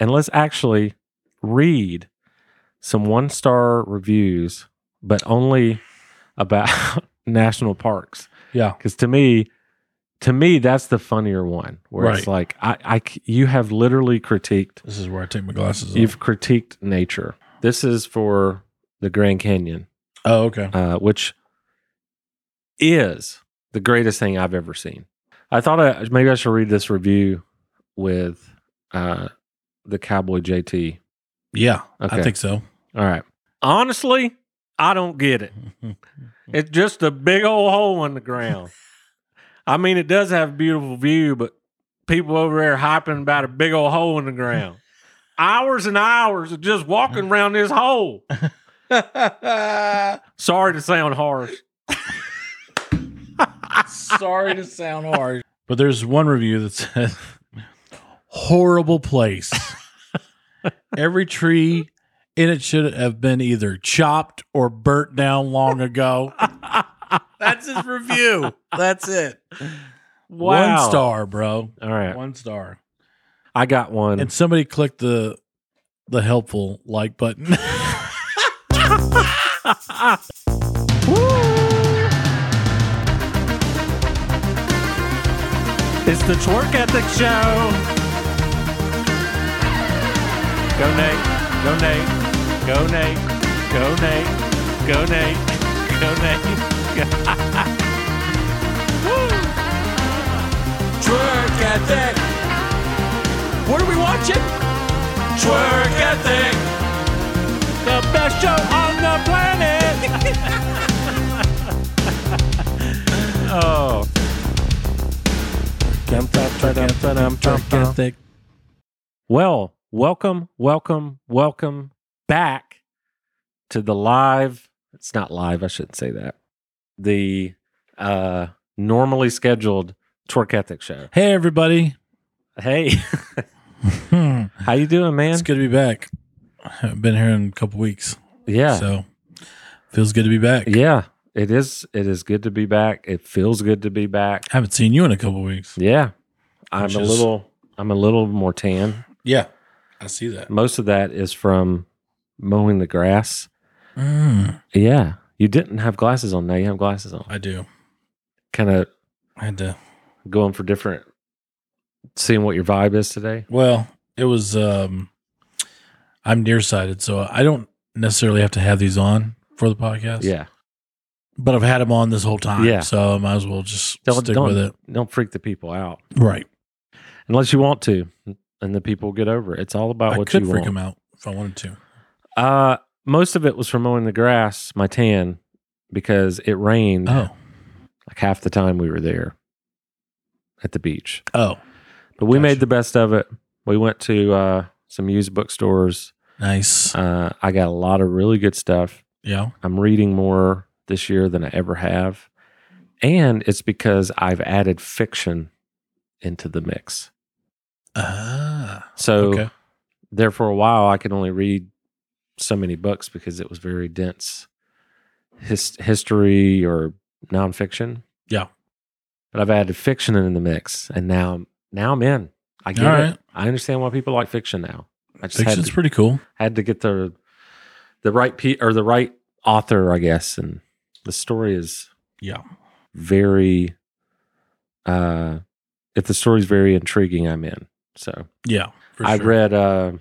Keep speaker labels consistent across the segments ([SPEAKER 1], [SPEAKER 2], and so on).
[SPEAKER 1] and let's actually read some one star reviews, but only about national parks.
[SPEAKER 2] Yeah.
[SPEAKER 1] Because to me, to me, that's the funnier one where it's
[SPEAKER 2] Right.
[SPEAKER 1] like, I, I c- you have literally critiqued,
[SPEAKER 2] This is where I take my glasses off.
[SPEAKER 1] you've critiqued nature. This is for the Grand Canyon,
[SPEAKER 2] oh, okay.
[SPEAKER 1] uh, which is the greatest thing I've ever seen. I thought I, maybe I should read this review with uh, the Cowboy JT.
[SPEAKER 2] Yeah,
[SPEAKER 1] Okay.
[SPEAKER 2] I think so.
[SPEAKER 1] All right. Honestly, I don't get it. It's just a big old hole in the ground. I mean, it does have a beautiful view, but people over there hyping about a big old hole in the ground. hours and hours of just walking around this hole. Sorry to sound harsh.
[SPEAKER 2] Sorry to sound harsh. But there's one review that says horrible place. Every tree in it should have been either chopped or burnt down long ago. That's his review. That's it. One star, bro.
[SPEAKER 1] All right.
[SPEAKER 2] One star.
[SPEAKER 1] I got one.
[SPEAKER 2] And somebody clicked the the helpful like button.
[SPEAKER 1] It's the Twerk Ethic Show. Go Nate. Go Nate. Go Nate. Go Nate. Go Nate. Go Nate. Woo. Twerk Ethic. What are we watching? Twerk Ethic. The best show on the planet. oh.
[SPEAKER 2] Gigantic.
[SPEAKER 1] Well, welcome, welcome, welcome back to the live. It's not live, I shouldn't say that. The uh normally scheduled Twerk Ethic show.
[SPEAKER 2] Hey everybody.
[SPEAKER 1] Hey,
[SPEAKER 2] Hmm.
[SPEAKER 1] how you doing, man?
[SPEAKER 2] It's good to be back. I've been here in a couple weeks.
[SPEAKER 1] Yeah.
[SPEAKER 2] So feels good to be back.
[SPEAKER 1] Yeah. It is it is good to be back. It feels good to be back.
[SPEAKER 2] Haven't seen you in a couple weeks.
[SPEAKER 1] Yeah. I'm
[SPEAKER 2] Which
[SPEAKER 1] a
[SPEAKER 2] is-
[SPEAKER 1] little I'm a little more tan.
[SPEAKER 2] Yeah. I see that.
[SPEAKER 1] Most of that is from mowing the grass.
[SPEAKER 2] Mm.
[SPEAKER 1] Yeah. You didn't have glasses on. Now you have glasses on.
[SPEAKER 2] I do.
[SPEAKER 1] Kind of
[SPEAKER 2] I had to
[SPEAKER 1] going for different seeing what your vibe is today
[SPEAKER 2] well, it was um I'm nearsighted, so I don't necessarily have to have these on for the podcast.
[SPEAKER 1] yeah
[SPEAKER 2] But I've had them on this whole time.
[SPEAKER 1] Yeah.
[SPEAKER 2] So I might as well just
[SPEAKER 1] Don't-
[SPEAKER 2] stick
[SPEAKER 1] don't-
[SPEAKER 2] with it.
[SPEAKER 1] don't freak the people out
[SPEAKER 2] Right.
[SPEAKER 1] unless you want to and the people get over it it's all about
[SPEAKER 2] I
[SPEAKER 1] what
[SPEAKER 2] could
[SPEAKER 1] you
[SPEAKER 2] freak
[SPEAKER 1] want
[SPEAKER 2] them out if I wanted to.
[SPEAKER 1] uh most of it was from mowing the grass my tan because it rained
[SPEAKER 2] Oh.
[SPEAKER 1] like half the time we were there at the beach
[SPEAKER 2] Oh.
[SPEAKER 1] but we made
[SPEAKER 2] Gotcha.
[SPEAKER 1] the best of it we went to uh some used bookstores
[SPEAKER 2] Nice.
[SPEAKER 1] uh i got a lot of really good stuff
[SPEAKER 2] Yeah.
[SPEAKER 1] I'm reading more this year than I ever have. And it's because I've added fiction into the mix.
[SPEAKER 2] Ah.
[SPEAKER 1] So
[SPEAKER 2] Okay.
[SPEAKER 1] there for a while, I could only read so many books because it was very dense his- history or nonfiction.
[SPEAKER 2] Yeah.
[SPEAKER 1] But I've added fiction in the mix. And now, now I'm in. I get
[SPEAKER 2] All
[SPEAKER 1] it.
[SPEAKER 2] right.
[SPEAKER 1] I understand why people like fiction now. I just had
[SPEAKER 2] Fiction's
[SPEAKER 1] to,
[SPEAKER 2] pretty cool.
[SPEAKER 1] had to get the the right pe- or the right author, I guess. And the story is
[SPEAKER 2] Yeah.
[SPEAKER 1] very uh if the story's very intriguing i'm in so
[SPEAKER 2] Yeah. for
[SPEAKER 1] i
[SPEAKER 2] sure.
[SPEAKER 1] read uh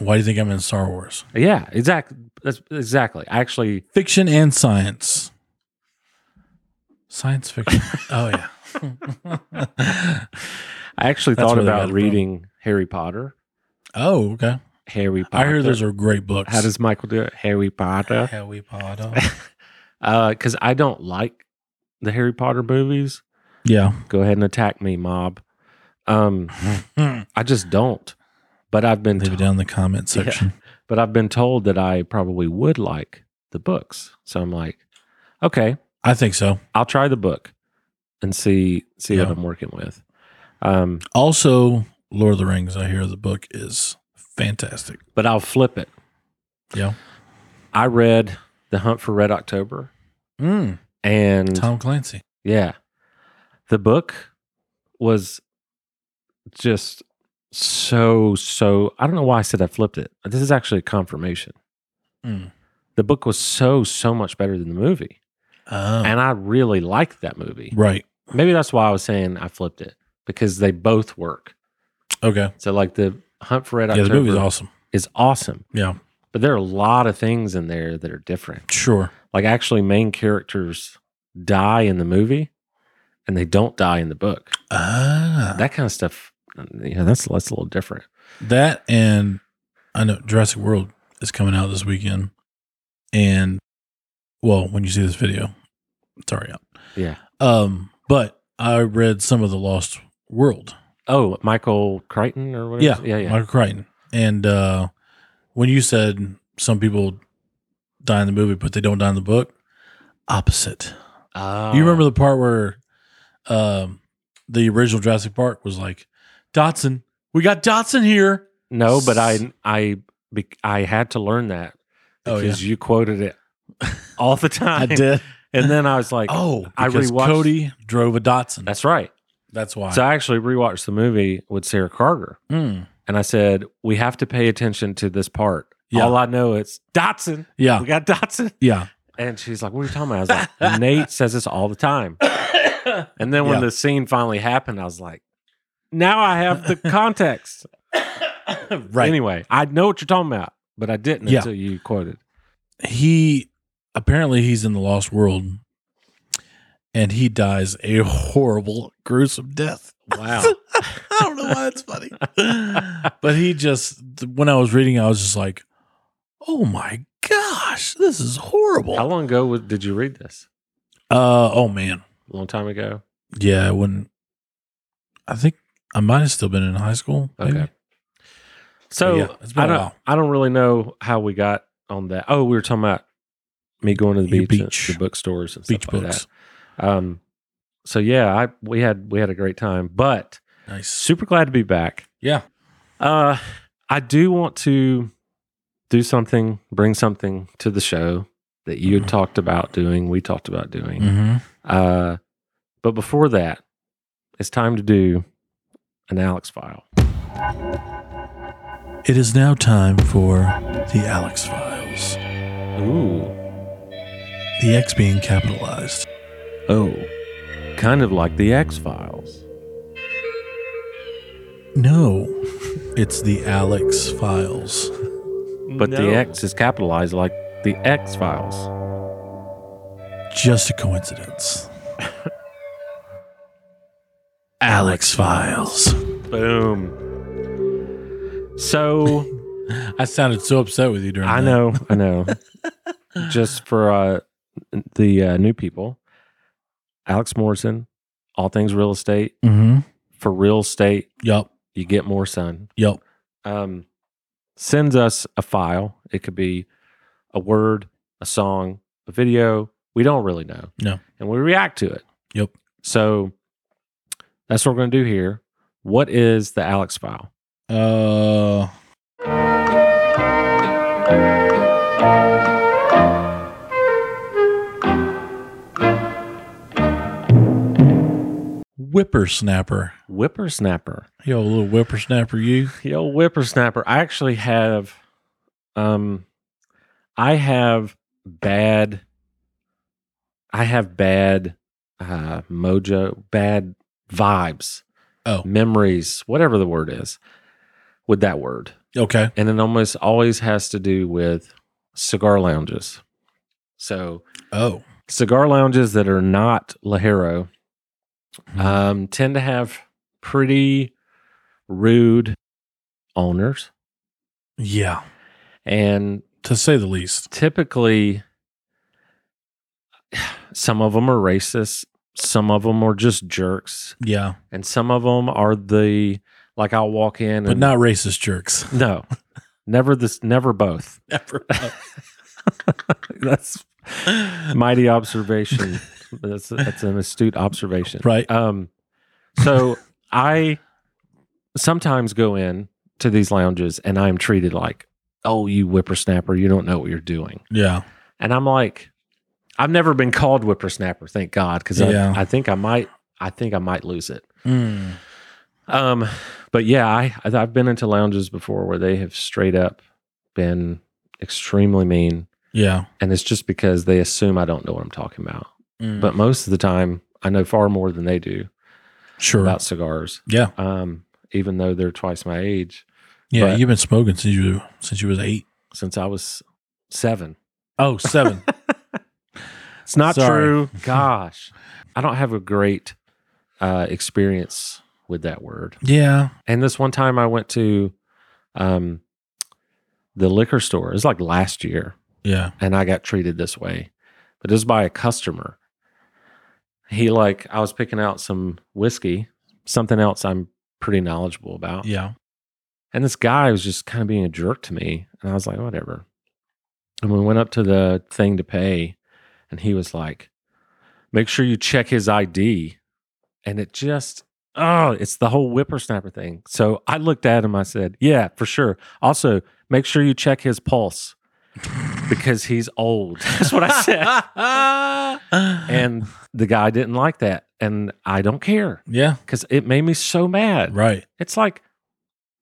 [SPEAKER 2] Why do you think I'm in Star Wars?
[SPEAKER 1] yeah exactly that's exactly I actually
[SPEAKER 2] Fiction and science. Science fiction. oh yeah.
[SPEAKER 1] i actually
[SPEAKER 2] That's
[SPEAKER 1] thought
[SPEAKER 2] where they got
[SPEAKER 1] about
[SPEAKER 2] it from.
[SPEAKER 1] reading harry potter
[SPEAKER 2] oh, okay.
[SPEAKER 1] harry
[SPEAKER 2] I
[SPEAKER 1] potter
[SPEAKER 2] hear those are great books.
[SPEAKER 1] how does michael do it harry potter
[SPEAKER 2] Harry Potter?
[SPEAKER 1] uh because i don't like the harry potter movies
[SPEAKER 2] yeah.
[SPEAKER 1] go ahead and attack me mob um
[SPEAKER 2] Leave
[SPEAKER 1] i just don't but i've been
[SPEAKER 2] it
[SPEAKER 1] to-
[SPEAKER 2] down in the comment
[SPEAKER 1] Yeah.
[SPEAKER 2] section.
[SPEAKER 1] but i've been told that i probably would like the books so i'm like okay
[SPEAKER 2] I think so.
[SPEAKER 1] I'll try the book and see see what
[SPEAKER 2] Yeah.
[SPEAKER 1] I'm working with. Um,
[SPEAKER 2] Also, Lord of the Rings. I hear the book is fantastic.
[SPEAKER 1] but I'll flip it.
[SPEAKER 2] Yeah.
[SPEAKER 1] I read The Hunt for Red October
[SPEAKER 2] Mm,
[SPEAKER 1] and
[SPEAKER 2] Tom Clancy.
[SPEAKER 1] yeah. The book was just so so I don't know why I said I flipped it. This is actually a confirmation.
[SPEAKER 2] Mm.
[SPEAKER 1] The book was so so much better than the movie,
[SPEAKER 2] Oh.
[SPEAKER 1] and I really liked that movie.
[SPEAKER 2] right.
[SPEAKER 1] Maybe that's why I was saying I flipped it because they both work.
[SPEAKER 2] Okay.
[SPEAKER 1] So like the Hunt for Red
[SPEAKER 2] yeah,
[SPEAKER 1] October
[SPEAKER 2] the movie's awesome.
[SPEAKER 1] is awesome,
[SPEAKER 2] Yeah.
[SPEAKER 1] but there are a lot of things in there that are different.
[SPEAKER 2] Sure.
[SPEAKER 1] Like actually, main characters die in the movie, and they don't die in the book.
[SPEAKER 2] Ah. That,
[SPEAKER 1] That kind of stuff. Yeah, that's that's a little different.
[SPEAKER 2] and I know Jurassic World is coming out this weekend. And well, when you see this video, it's already out.
[SPEAKER 1] Yeah.
[SPEAKER 2] Um, but I read some of the Lost World.
[SPEAKER 1] Oh, Michael Crichton or whatever.
[SPEAKER 2] Yeah,
[SPEAKER 1] yeah, yeah.
[SPEAKER 2] Michael Crichton. And uh, when you said some people die in the movie, but they don't die in the book, opposite.
[SPEAKER 1] Oh.
[SPEAKER 2] You remember the part where um, the original Jurassic Park was like, Dotson, we got Dotson here.
[SPEAKER 1] No, but I I bec- I had to learn that
[SPEAKER 2] Oh, yeah.
[SPEAKER 1] because you quoted it all the time. and then I was like,
[SPEAKER 2] Oh,
[SPEAKER 1] I
[SPEAKER 2] because
[SPEAKER 1] rewatched-
[SPEAKER 2] Cody drove a Dotson. That's,
[SPEAKER 1] "That's right."
[SPEAKER 2] why.
[SPEAKER 1] So I actually rewatched the movie with Sarah Carter,
[SPEAKER 2] Mm,
[SPEAKER 1] and I said, "We have to pay attention to this part."
[SPEAKER 2] Yeah.
[SPEAKER 1] All I know is Dotson.
[SPEAKER 2] yeah,
[SPEAKER 1] We got Dotson,
[SPEAKER 2] yeah.
[SPEAKER 1] and she's like, "What are you talking about?" I was like, "Nate says this all the time." And then when
[SPEAKER 2] Yeah.
[SPEAKER 1] the scene finally happened, I was like, "Now I have the context."
[SPEAKER 2] right.
[SPEAKER 1] Anyway, I know what you're talking about, but I didn't
[SPEAKER 2] Yeah.
[SPEAKER 1] until you quoted.
[SPEAKER 2] he apparently he's in the lost world and he dies a horrible gruesome death
[SPEAKER 1] Wow.
[SPEAKER 2] i don't know why that's funny but he just when i was reading i was just like oh my gosh this is horrible
[SPEAKER 1] How long ago was, did you read this?
[SPEAKER 2] uh oh man
[SPEAKER 1] A long time ago.
[SPEAKER 2] yeah when i think i might have still been in high school maybe.
[SPEAKER 1] Okay. So
[SPEAKER 2] Yeah, it's been
[SPEAKER 1] I
[SPEAKER 2] a
[SPEAKER 1] don't.
[SPEAKER 2] while.
[SPEAKER 1] I don't really know how we got on that. Oh, we were talking about me going to the
[SPEAKER 2] Your
[SPEAKER 1] beach, and
[SPEAKER 2] beach.
[SPEAKER 1] the bookstores, and
[SPEAKER 2] beach
[SPEAKER 1] stuff
[SPEAKER 2] books
[SPEAKER 1] Like that. Um. So yeah, I we had we had a great time, but
[SPEAKER 2] nice
[SPEAKER 1] super glad to be back.
[SPEAKER 2] yeah
[SPEAKER 1] Uh, I do want to do something, bring something to the show that you had
[SPEAKER 2] Mhm.
[SPEAKER 1] talked about doing. We talked about doing.
[SPEAKER 2] mm-hmm.
[SPEAKER 1] Uh, but before that, it's time to do an Alex file.
[SPEAKER 2] it is now time for the alex files
[SPEAKER 1] Ooh.
[SPEAKER 2] the X being capitalized.
[SPEAKER 1] Oh. Kind of like the X Files.
[SPEAKER 2] No, it's the Alex files.
[SPEAKER 1] But the X is capitalized like the X Files.
[SPEAKER 2] Just a coincidence. Alex files.
[SPEAKER 1] Boom. So
[SPEAKER 2] I sounded so upset with you during
[SPEAKER 1] I
[SPEAKER 2] that.
[SPEAKER 1] know, I know. Just for uh, the uh, new people, Alex Morrison, all things real estate.
[SPEAKER 2] Mm-hmm.
[SPEAKER 1] For real estate,
[SPEAKER 2] Yup.
[SPEAKER 1] you get more sun.
[SPEAKER 2] Yup.
[SPEAKER 1] um, sends us a file. It could be a word, a song, a video. We don't really know.
[SPEAKER 2] No.
[SPEAKER 1] And we react to it.
[SPEAKER 2] Yep.
[SPEAKER 1] So that's what we're going to do here. What is the Alex file?
[SPEAKER 2] Uh Whippersnapper.
[SPEAKER 1] Whippersnapper.
[SPEAKER 2] Yo, little whippersnapper, you.
[SPEAKER 1] The old whippersnapper. I actually have, um, I have bad, I have bad, uh, mojo, bad vibes,
[SPEAKER 2] Oh,
[SPEAKER 1] memories, whatever the word is with that word.
[SPEAKER 2] okay.
[SPEAKER 1] and it almost always has to do with cigar lounges. So
[SPEAKER 2] Oh,
[SPEAKER 1] cigar lounges that are not Lajero
[SPEAKER 2] Hmm.
[SPEAKER 1] um, tend to have pretty rude owners,
[SPEAKER 2] yeah.
[SPEAKER 1] and
[SPEAKER 2] To say the least.
[SPEAKER 1] typically some of them are racist, some of them are just jerks,
[SPEAKER 2] Yeah.
[SPEAKER 1] and some of them are the like I'll walk in,
[SPEAKER 2] But
[SPEAKER 1] and,
[SPEAKER 2] not racist jerks.
[SPEAKER 1] no, never this, never both.
[SPEAKER 2] Never.
[SPEAKER 1] That's mighty observation. that's that's an astute observation.
[SPEAKER 2] Right.
[SPEAKER 1] Um so I sometimes go in to these lounges and I'm treated like, "Oh, you whippersnapper, you don't know what you're doing."
[SPEAKER 2] yeah.
[SPEAKER 1] And I'm like, I've never been called whippersnapper, thank God, cuz
[SPEAKER 2] Yeah. Mm.
[SPEAKER 1] I, I think I might I think I might lose it. Um, but yeah, I I've been into lounges before where they have straight up been extremely mean,
[SPEAKER 2] Yeah.
[SPEAKER 1] and it's just because they assume I don't know what I'm talking about.
[SPEAKER 2] Mm.
[SPEAKER 1] But most of the time, I know far more than they do
[SPEAKER 2] sure.
[SPEAKER 1] about cigars.
[SPEAKER 2] yeah.
[SPEAKER 1] Um, even though they're twice my age
[SPEAKER 2] Yeah.
[SPEAKER 1] but-
[SPEAKER 2] you've been smoking since you since you was eight.
[SPEAKER 1] since I was seven.
[SPEAKER 2] Oh, seven.
[SPEAKER 1] It's not
[SPEAKER 2] Sorry.
[SPEAKER 1] true. Gosh, I don't have a great uh, experience with that word.
[SPEAKER 2] yeah.
[SPEAKER 1] And this one time I went to um, the liquor store. It was like last year,
[SPEAKER 2] Yeah.
[SPEAKER 1] and I got treated this way, but it was by a customer. He like I was picking out some whiskey, something else I'm pretty knowledgeable about.
[SPEAKER 2] Yeah.
[SPEAKER 1] And this guy was just kind of being a jerk to me. And I was like, whatever. And we went up to the thing to pay, and he was like, make sure you check his ID. And it just, oh, it's the whole whippersnapper thing. So I looked at him, I said, yeah, for sure. Also, make sure you check his pulse because he's old. That's what I said.
[SPEAKER 2] and
[SPEAKER 1] and the guy didn't like that. And I don't care
[SPEAKER 2] yeah.
[SPEAKER 1] because it made me so mad.
[SPEAKER 2] Right.
[SPEAKER 1] It's like,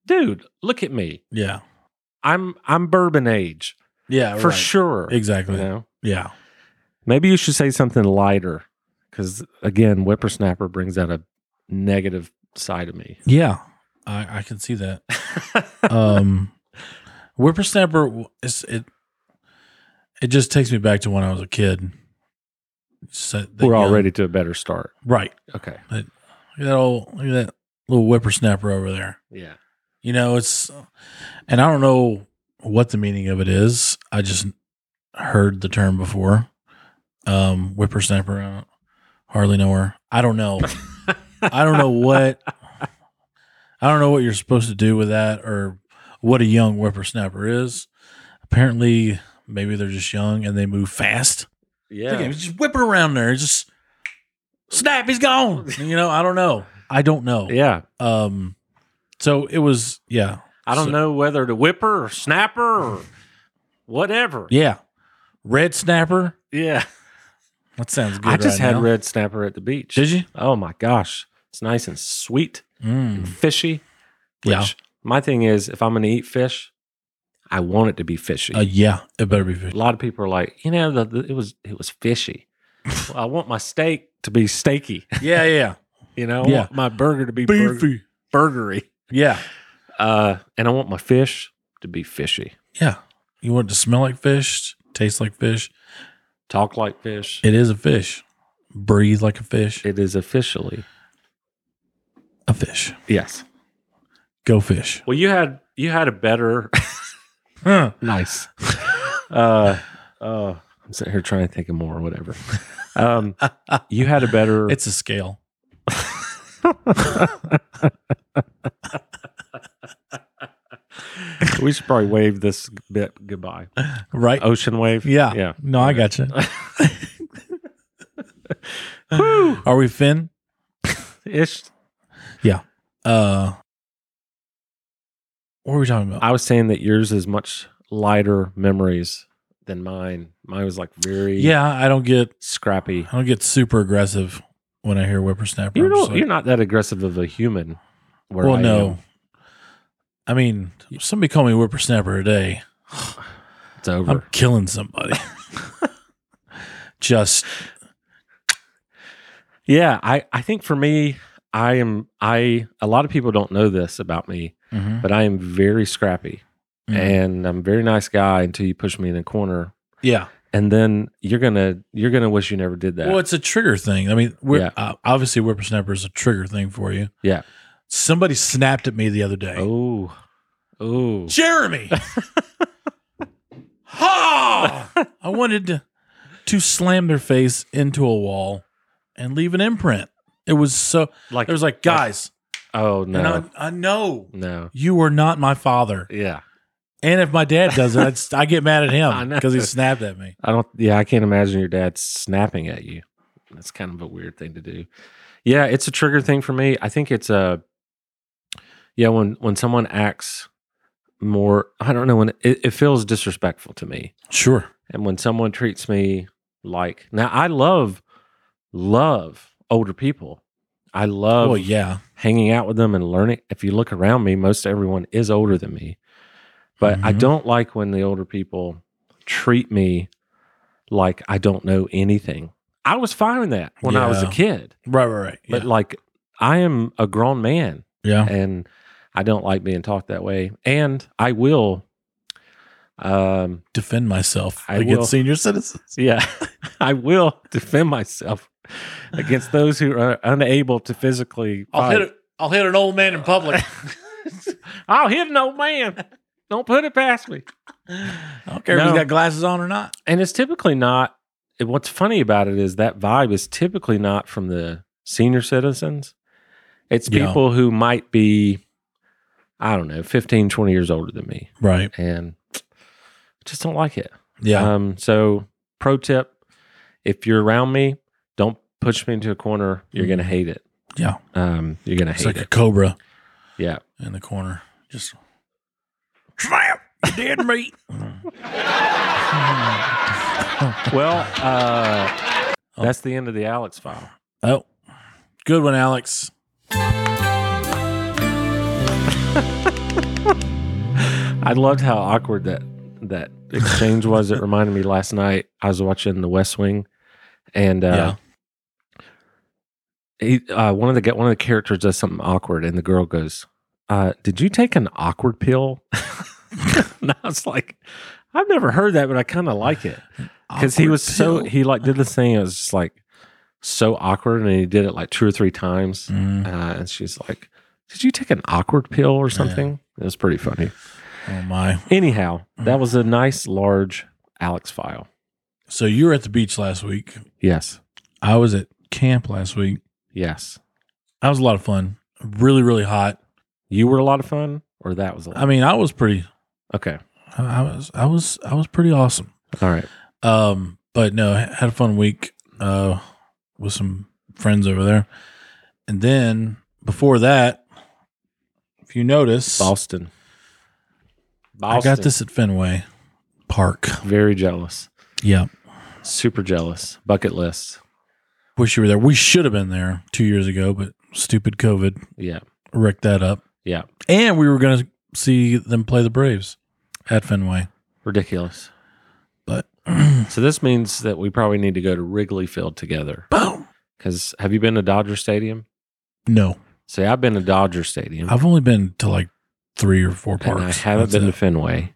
[SPEAKER 1] dude, look at me.
[SPEAKER 2] Yeah.
[SPEAKER 1] I'm I'm bourbon age
[SPEAKER 2] Yeah.
[SPEAKER 1] for
[SPEAKER 2] right.
[SPEAKER 1] sure.
[SPEAKER 2] Exactly.
[SPEAKER 1] You know,
[SPEAKER 2] Yeah.
[SPEAKER 1] maybe you should say something lighter because again, whippersnapper brings out a negative side of me. Uh,
[SPEAKER 2] Yeah. I, I can see that. um whippersnapper w- it's, it it just takes me back to when i was a kid So that
[SPEAKER 1] We're
[SPEAKER 2] young-
[SPEAKER 1] already to a better start.
[SPEAKER 2] right
[SPEAKER 1] Okay.
[SPEAKER 2] look at that old look at that little whippersnapper over there
[SPEAKER 1] Yeah.
[SPEAKER 2] you know it's and i don't know what the meaning of it is i just heard the term before um whippersnapper I don't- hardly know her i don't know i don't know what i don't know what you're supposed to do with that or what a young whippersnapper is apparently maybe they're just young and they move fast Look at
[SPEAKER 1] Yeah.
[SPEAKER 2] him, just whip it around there just snap he's gone you know i don't know i don't know
[SPEAKER 1] Yeah.
[SPEAKER 2] um so it was yeah
[SPEAKER 1] I don't
[SPEAKER 2] So-
[SPEAKER 1] know whether to whipper or snapper or whatever.
[SPEAKER 2] Yeah. Red snapper.
[SPEAKER 1] Yeah.
[SPEAKER 2] That sounds good.
[SPEAKER 1] I just
[SPEAKER 2] right
[SPEAKER 1] had
[SPEAKER 2] now.
[SPEAKER 1] red snapper at the beach.
[SPEAKER 2] Did you?
[SPEAKER 1] Oh my gosh. It's nice and sweet and
[SPEAKER 2] Mm.
[SPEAKER 1] fishy. Which
[SPEAKER 2] Yeah.
[SPEAKER 1] my thing is if I'm gonna eat fish, I want it to be fishy.
[SPEAKER 2] Uh, yeah. It better be fish.
[SPEAKER 1] a lot of people are like, you know, the, the, it was it was fishy. Well, I want my steak to be steaky.
[SPEAKER 2] Yeah. Yeah.
[SPEAKER 1] You know, I
[SPEAKER 2] Yeah.
[SPEAKER 1] want my burger to be burger, burgery,
[SPEAKER 2] Yeah.
[SPEAKER 1] uh, and I want my fish to be fishy.
[SPEAKER 2] Yeah. You want it to smell like fish, taste like fish.
[SPEAKER 1] Talk like fish.
[SPEAKER 2] It is a fish. Breathe like a fish.
[SPEAKER 1] it is officially
[SPEAKER 2] A fish.
[SPEAKER 1] yes.
[SPEAKER 2] Go fish.
[SPEAKER 1] Well, you had you had a better
[SPEAKER 2] Huh.
[SPEAKER 1] nice. uh, uh, I'm sitting here trying to think of more. Whatever. Um, you had a better.
[SPEAKER 2] It's a scale.
[SPEAKER 1] we should probably wave this bit goodbye.
[SPEAKER 2] Right.
[SPEAKER 1] Ocean wave.
[SPEAKER 2] yeah.
[SPEAKER 1] Yeah.
[SPEAKER 2] No, I got you. Are we Finn?
[SPEAKER 1] Ish.
[SPEAKER 2] Uh, what are we talking about?
[SPEAKER 1] I was saying that yours is much lighter memories than mine. Mine was like very
[SPEAKER 2] yeah. I don't get,
[SPEAKER 1] scrappy.
[SPEAKER 2] I don't get super aggressive when I hear whippersnapper.
[SPEAKER 1] You're
[SPEAKER 2] I'm just
[SPEAKER 1] not,
[SPEAKER 2] like-
[SPEAKER 1] you're not that aggressive of a human. Where
[SPEAKER 2] well,
[SPEAKER 1] I
[SPEAKER 2] no.
[SPEAKER 1] am.
[SPEAKER 2] I mean, somebody call me whippersnapper today.
[SPEAKER 1] it's over.
[SPEAKER 2] I'm killing somebody. Just
[SPEAKER 1] yeah, I I think for me, I am I. A lot of people don't know this about me, but I am very scrappy,
[SPEAKER 2] Mhm.
[SPEAKER 1] Mm-hmm. and I'm a very nice guy until you push me in a corner,
[SPEAKER 2] yeah.
[SPEAKER 1] and then you're gonna you're gonna wish you never did that.
[SPEAKER 2] Well, it's a trigger thing. I mean, we're,
[SPEAKER 1] Yeah.
[SPEAKER 2] uh, obviously, whippersnapper is a trigger thing for you.
[SPEAKER 1] Yeah.
[SPEAKER 2] Somebody snapped at me the other day.
[SPEAKER 1] oh, oh,
[SPEAKER 2] Jeremy. ha! I wanted to, to slam their face into a wall and leave an imprint. It was so.
[SPEAKER 1] like
[SPEAKER 2] It was like, guys,
[SPEAKER 1] oh no,
[SPEAKER 2] and I, I know
[SPEAKER 1] no,
[SPEAKER 2] you were not my father.
[SPEAKER 1] yeah.
[SPEAKER 2] And if my dad does it, I'd, st- I get mad at
[SPEAKER 1] I
[SPEAKER 2] him
[SPEAKER 1] know.
[SPEAKER 2] because he snapped at me.
[SPEAKER 1] I don't. Yeah, I can't imagine your dad snapping at you. That's kind of a weird thing to do. Yeah, it's a trigger thing for me. I think it's a. Yeah, when when someone acts more, I don't know when it, it feels disrespectful to me,
[SPEAKER 2] Sure.
[SPEAKER 1] and when someone treats me like now, I love love older people. I love
[SPEAKER 2] Well, yeah.
[SPEAKER 1] hanging out with them and learning. If you look around me, most everyone is older than me. But I
[SPEAKER 2] Mhm.
[SPEAKER 1] don't like when the older people treat me like I don't know anything. I was fine with that when I was a
[SPEAKER 2] Yeah.
[SPEAKER 1] kid.
[SPEAKER 2] Right, right, right.
[SPEAKER 1] But like I am a grown man
[SPEAKER 2] yeah.
[SPEAKER 1] and I don't like being talked that way. And I will um
[SPEAKER 2] Defend myself
[SPEAKER 1] I
[SPEAKER 2] against
[SPEAKER 1] will-
[SPEAKER 2] senior citizens.
[SPEAKER 1] yeah, I will defend myself against those who are unable to physically fight.
[SPEAKER 2] I'll hit an old man in public.
[SPEAKER 1] I'll hit an old man. Don't put it past me.
[SPEAKER 2] I don't care if
[SPEAKER 1] No.
[SPEAKER 2] he's got glasses on or not.
[SPEAKER 1] And it's typically not. and What's funny about it is that vibe is typically not from the senior citizens. It's
[SPEAKER 2] Yeah.
[SPEAKER 1] people who might be, I don't know, 15, 20 years older than me.
[SPEAKER 2] Right.
[SPEAKER 1] And I just don't like it.
[SPEAKER 2] Yeah.
[SPEAKER 1] Um, so, pro tip if you're around me, don't push me into a corner. You're going to hate it.
[SPEAKER 2] Yeah.
[SPEAKER 1] Um, you're going to
[SPEAKER 2] it's
[SPEAKER 1] hate
[SPEAKER 2] like a
[SPEAKER 1] it.
[SPEAKER 2] cobra
[SPEAKER 1] Yeah.
[SPEAKER 2] in the corner. Just trap. You did me.
[SPEAKER 1] Well, uh, that's the end of the Alex file.
[SPEAKER 2] oh, good one, Alex.
[SPEAKER 1] I loved how awkward that that exchange was. It reminded me last night. I was watching The West Wing, and uh, he, uh, one of the get one of the characters does something awkward, and the girl goes, uh, "Did you take an awkward pill?" and I was like, "I've never heard that, but I kind of like it because he
[SPEAKER 2] Awkward
[SPEAKER 1] was so
[SPEAKER 2] pill.
[SPEAKER 1] he like did this thing. It was just like so awkward, and he did it like two or three times,
[SPEAKER 2] Mm.
[SPEAKER 1] uh, and she's like." Did you take an awkward pill or something? It was pretty funny.
[SPEAKER 2] Oh my!
[SPEAKER 1] Anyhow,
[SPEAKER 2] Mm-hmm.
[SPEAKER 1] that was a nice large Alex file.
[SPEAKER 2] So you were at the beach last week.
[SPEAKER 1] Yes.
[SPEAKER 2] I was at camp last week.
[SPEAKER 1] Yes.
[SPEAKER 2] That was a lot of fun. Really, really hot.
[SPEAKER 1] You were a lot of fun, or that was a lot.
[SPEAKER 2] I mean, I was pretty.
[SPEAKER 1] okay.
[SPEAKER 2] I I was. I was. I was pretty awesome.
[SPEAKER 1] All right.
[SPEAKER 2] Um, but no, I had a fun week uh, with some friends over there, and then before that, if you notice,
[SPEAKER 1] Boston.
[SPEAKER 2] I
[SPEAKER 1] Boston.
[SPEAKER 2] got this at Fenway Park.
[SPEAKER 1] Very jealous.
[SPEAKER 2] Yeah,
[SPEAKER 1] Super jealous. Bucket list.
[SPEAKER 2] wish you were there. We should have been there two years ago, but stupid COVID
[SPEAKER 1] Yeah.
[SPEAKER 2] wrecked that up.
[SPEAKER 1] Yeah.
[SPEAKER 2] And we were going to see them play the Braves at Fenway,
[SPEAKER 1] Ridiculous.
[SPEAKER 2] but
[SPEAKER 1] So this means that we probably need to go to Wrigley Field together.
[SPEAKER 2] boom,
[SPEAKER 1] Because have you been to Dodger Stadium?
[SPEAKER 2] no.
[SPEAKER 1] See, I've been to Dodger Stadium.
[SPEAKER 2] Mm-hmm. I've only been to like three or four
[SPEAKER 1] and
[SPEAKER 2] parks.
[SPEAKER 1] I haven't
[SPEAKER 2] That's
[SPEAKER 1] been to
[SPEAKER 2] it.
[SPEAKER 1] Fenway.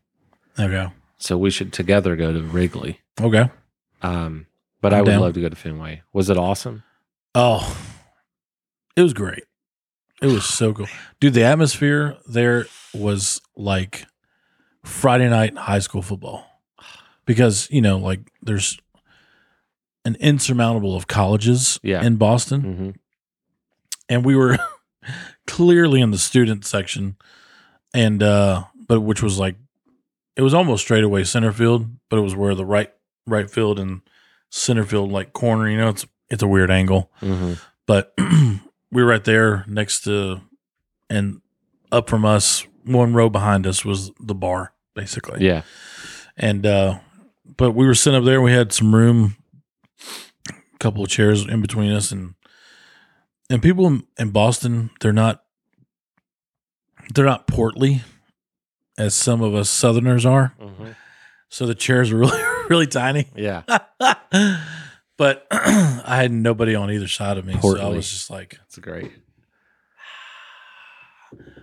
[SPEAKER 2] Okay.
[SPEAKER 1] So we should together go to Wrigley.
[SPEAKER 2] Okay.
[SPEAKER 1] Um, but
[SPEAKER 2] I'm
[SPEAKER 1] I would
[SPEAKER 2] down.
[SPEAKER 1] love to go to Fenway. Was it awesome?
[SPEAKER 2] Oh, it was great. It was so cool, dude. The atmosphere there was like Friday night high school football, because you know, like there's an insurmountable of colleges
[SPEAKER 1] Yeah.
[SPEAKER 2] in Boston,
[SPEAKER 1] Mm-hmm.
[SPEAKER 2] and we were clearly in the student section, and uh, but which was like it was almost straight away center field, but it was where the right right field and center field like corner. You know, it's it's a weird angle.
[SPEAKER 1] Mm-hmm.
[SPEAKER 2] but we were right there next to and up from us one row behind us was the bar basically
[SPEAKER 1] Yeah.
[SPEAKER 2] and uh but we were sitting up there we had some room a couple of chairs in between us and and people in- in boston they're not they're not portly as some of us southerners are so the chairs were really really tiny
[SPEAKER 1] Mm-hmm. Yeah.
[SPEAKER 2] but i had nobody on either side of me so i
[SPEAKER 1] Portly.
[SPEAKER 2] was just like
[SPEAKER 1] That's great.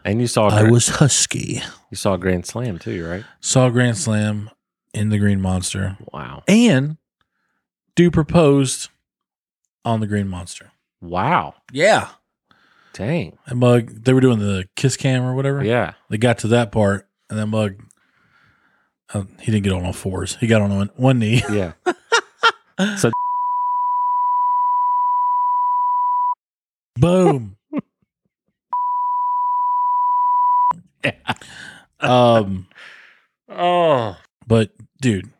[SPEAKER 1] And you saw a
[SPEAKER 2] I
[SPEAKER 1] gra-
[SPEAKER 2] was husky.
[SPEAKER 1] you saw a Grand Slam too, right?
[SPEAKER 2] Saw Grand Slam in the Green Monster
[SPEAKER 1] Wow.
[SPEAKER 2] and do proposed on the Green Monster.
[SPEAKER 1] Wow.
[SPEAKER 2] Yeah.
[SPEAKER 1] Dang.
[SPEAKER 2] And Mug, they were doing the kiss cam or whatever.
[SPEAKER 1] Yeah.
[SPEAKER 2] They got to that part, and then Mug, uh, he didn't get on all fours. He got on one, one knee.
[SPEAKER 1] Yeah.
[SPEAKER 2] Boom. Um,
[SPEAKER 1] oh.
[SPEAKER 2] but dude,